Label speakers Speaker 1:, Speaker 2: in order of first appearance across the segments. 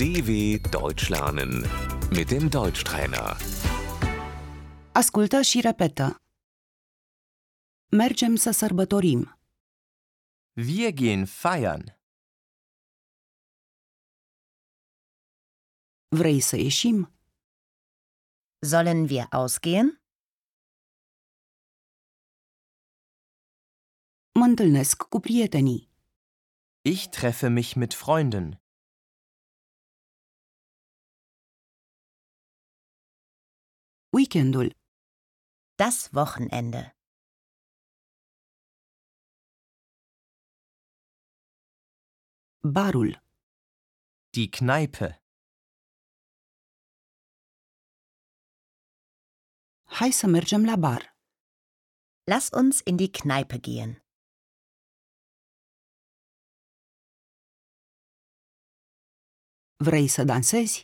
Speaker 1: DW Deutsch lernen mit dem Deutschtrainer.
Speaker 2: Ascultă și repetă. Mergem să sărbătorim.
Speaker 3: Wir gehen feiern.
Speaker 2: Vrei să ieșim?
Speaker 4: Sollen wir ausgehen?
Speaker 2: Mă întâlnesc cu prietenii.
Speaker 3: Ich treffe mich mit Freunden.
Speaker 2: Weekendul.
Speaker 4: Das Wochenende.
Speaker 2: Barul.
Speaker 3: Die Kneipe.
Speaker 2: Hai să mergem la bar.
Speaker 4: Lass uns in die Kneipe gehen.
Speaker 2: Vrei să dansezi?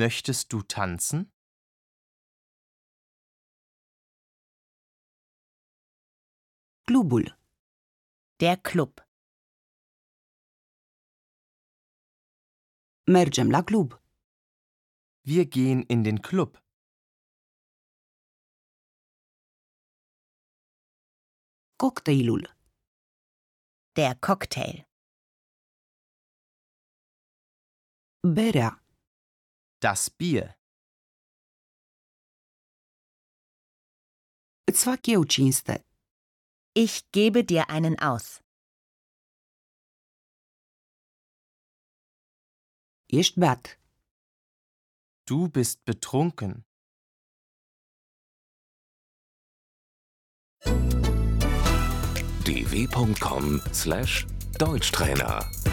Speaker 3: Möchtest du tanzen?
Speaker 2: Clubul.
Speaker 4: Der Club.
Speaker 2: Mergem la club.
Speaker 3: Wir gehen in den Club.
Speaker 2: Cocktailul.
Speaker 4: Der Cocktail.
Speaker 2: Berea.
Speaker 3: Das Bier.
Speaker 2: Îți fac eu cinste.
Speaker 4: Ich gebe dir einen aus.
Speaker 2: Ești beat.
Speaker 3: Du bist betrunken.
Speaker 1: dw.com/deutschtrainer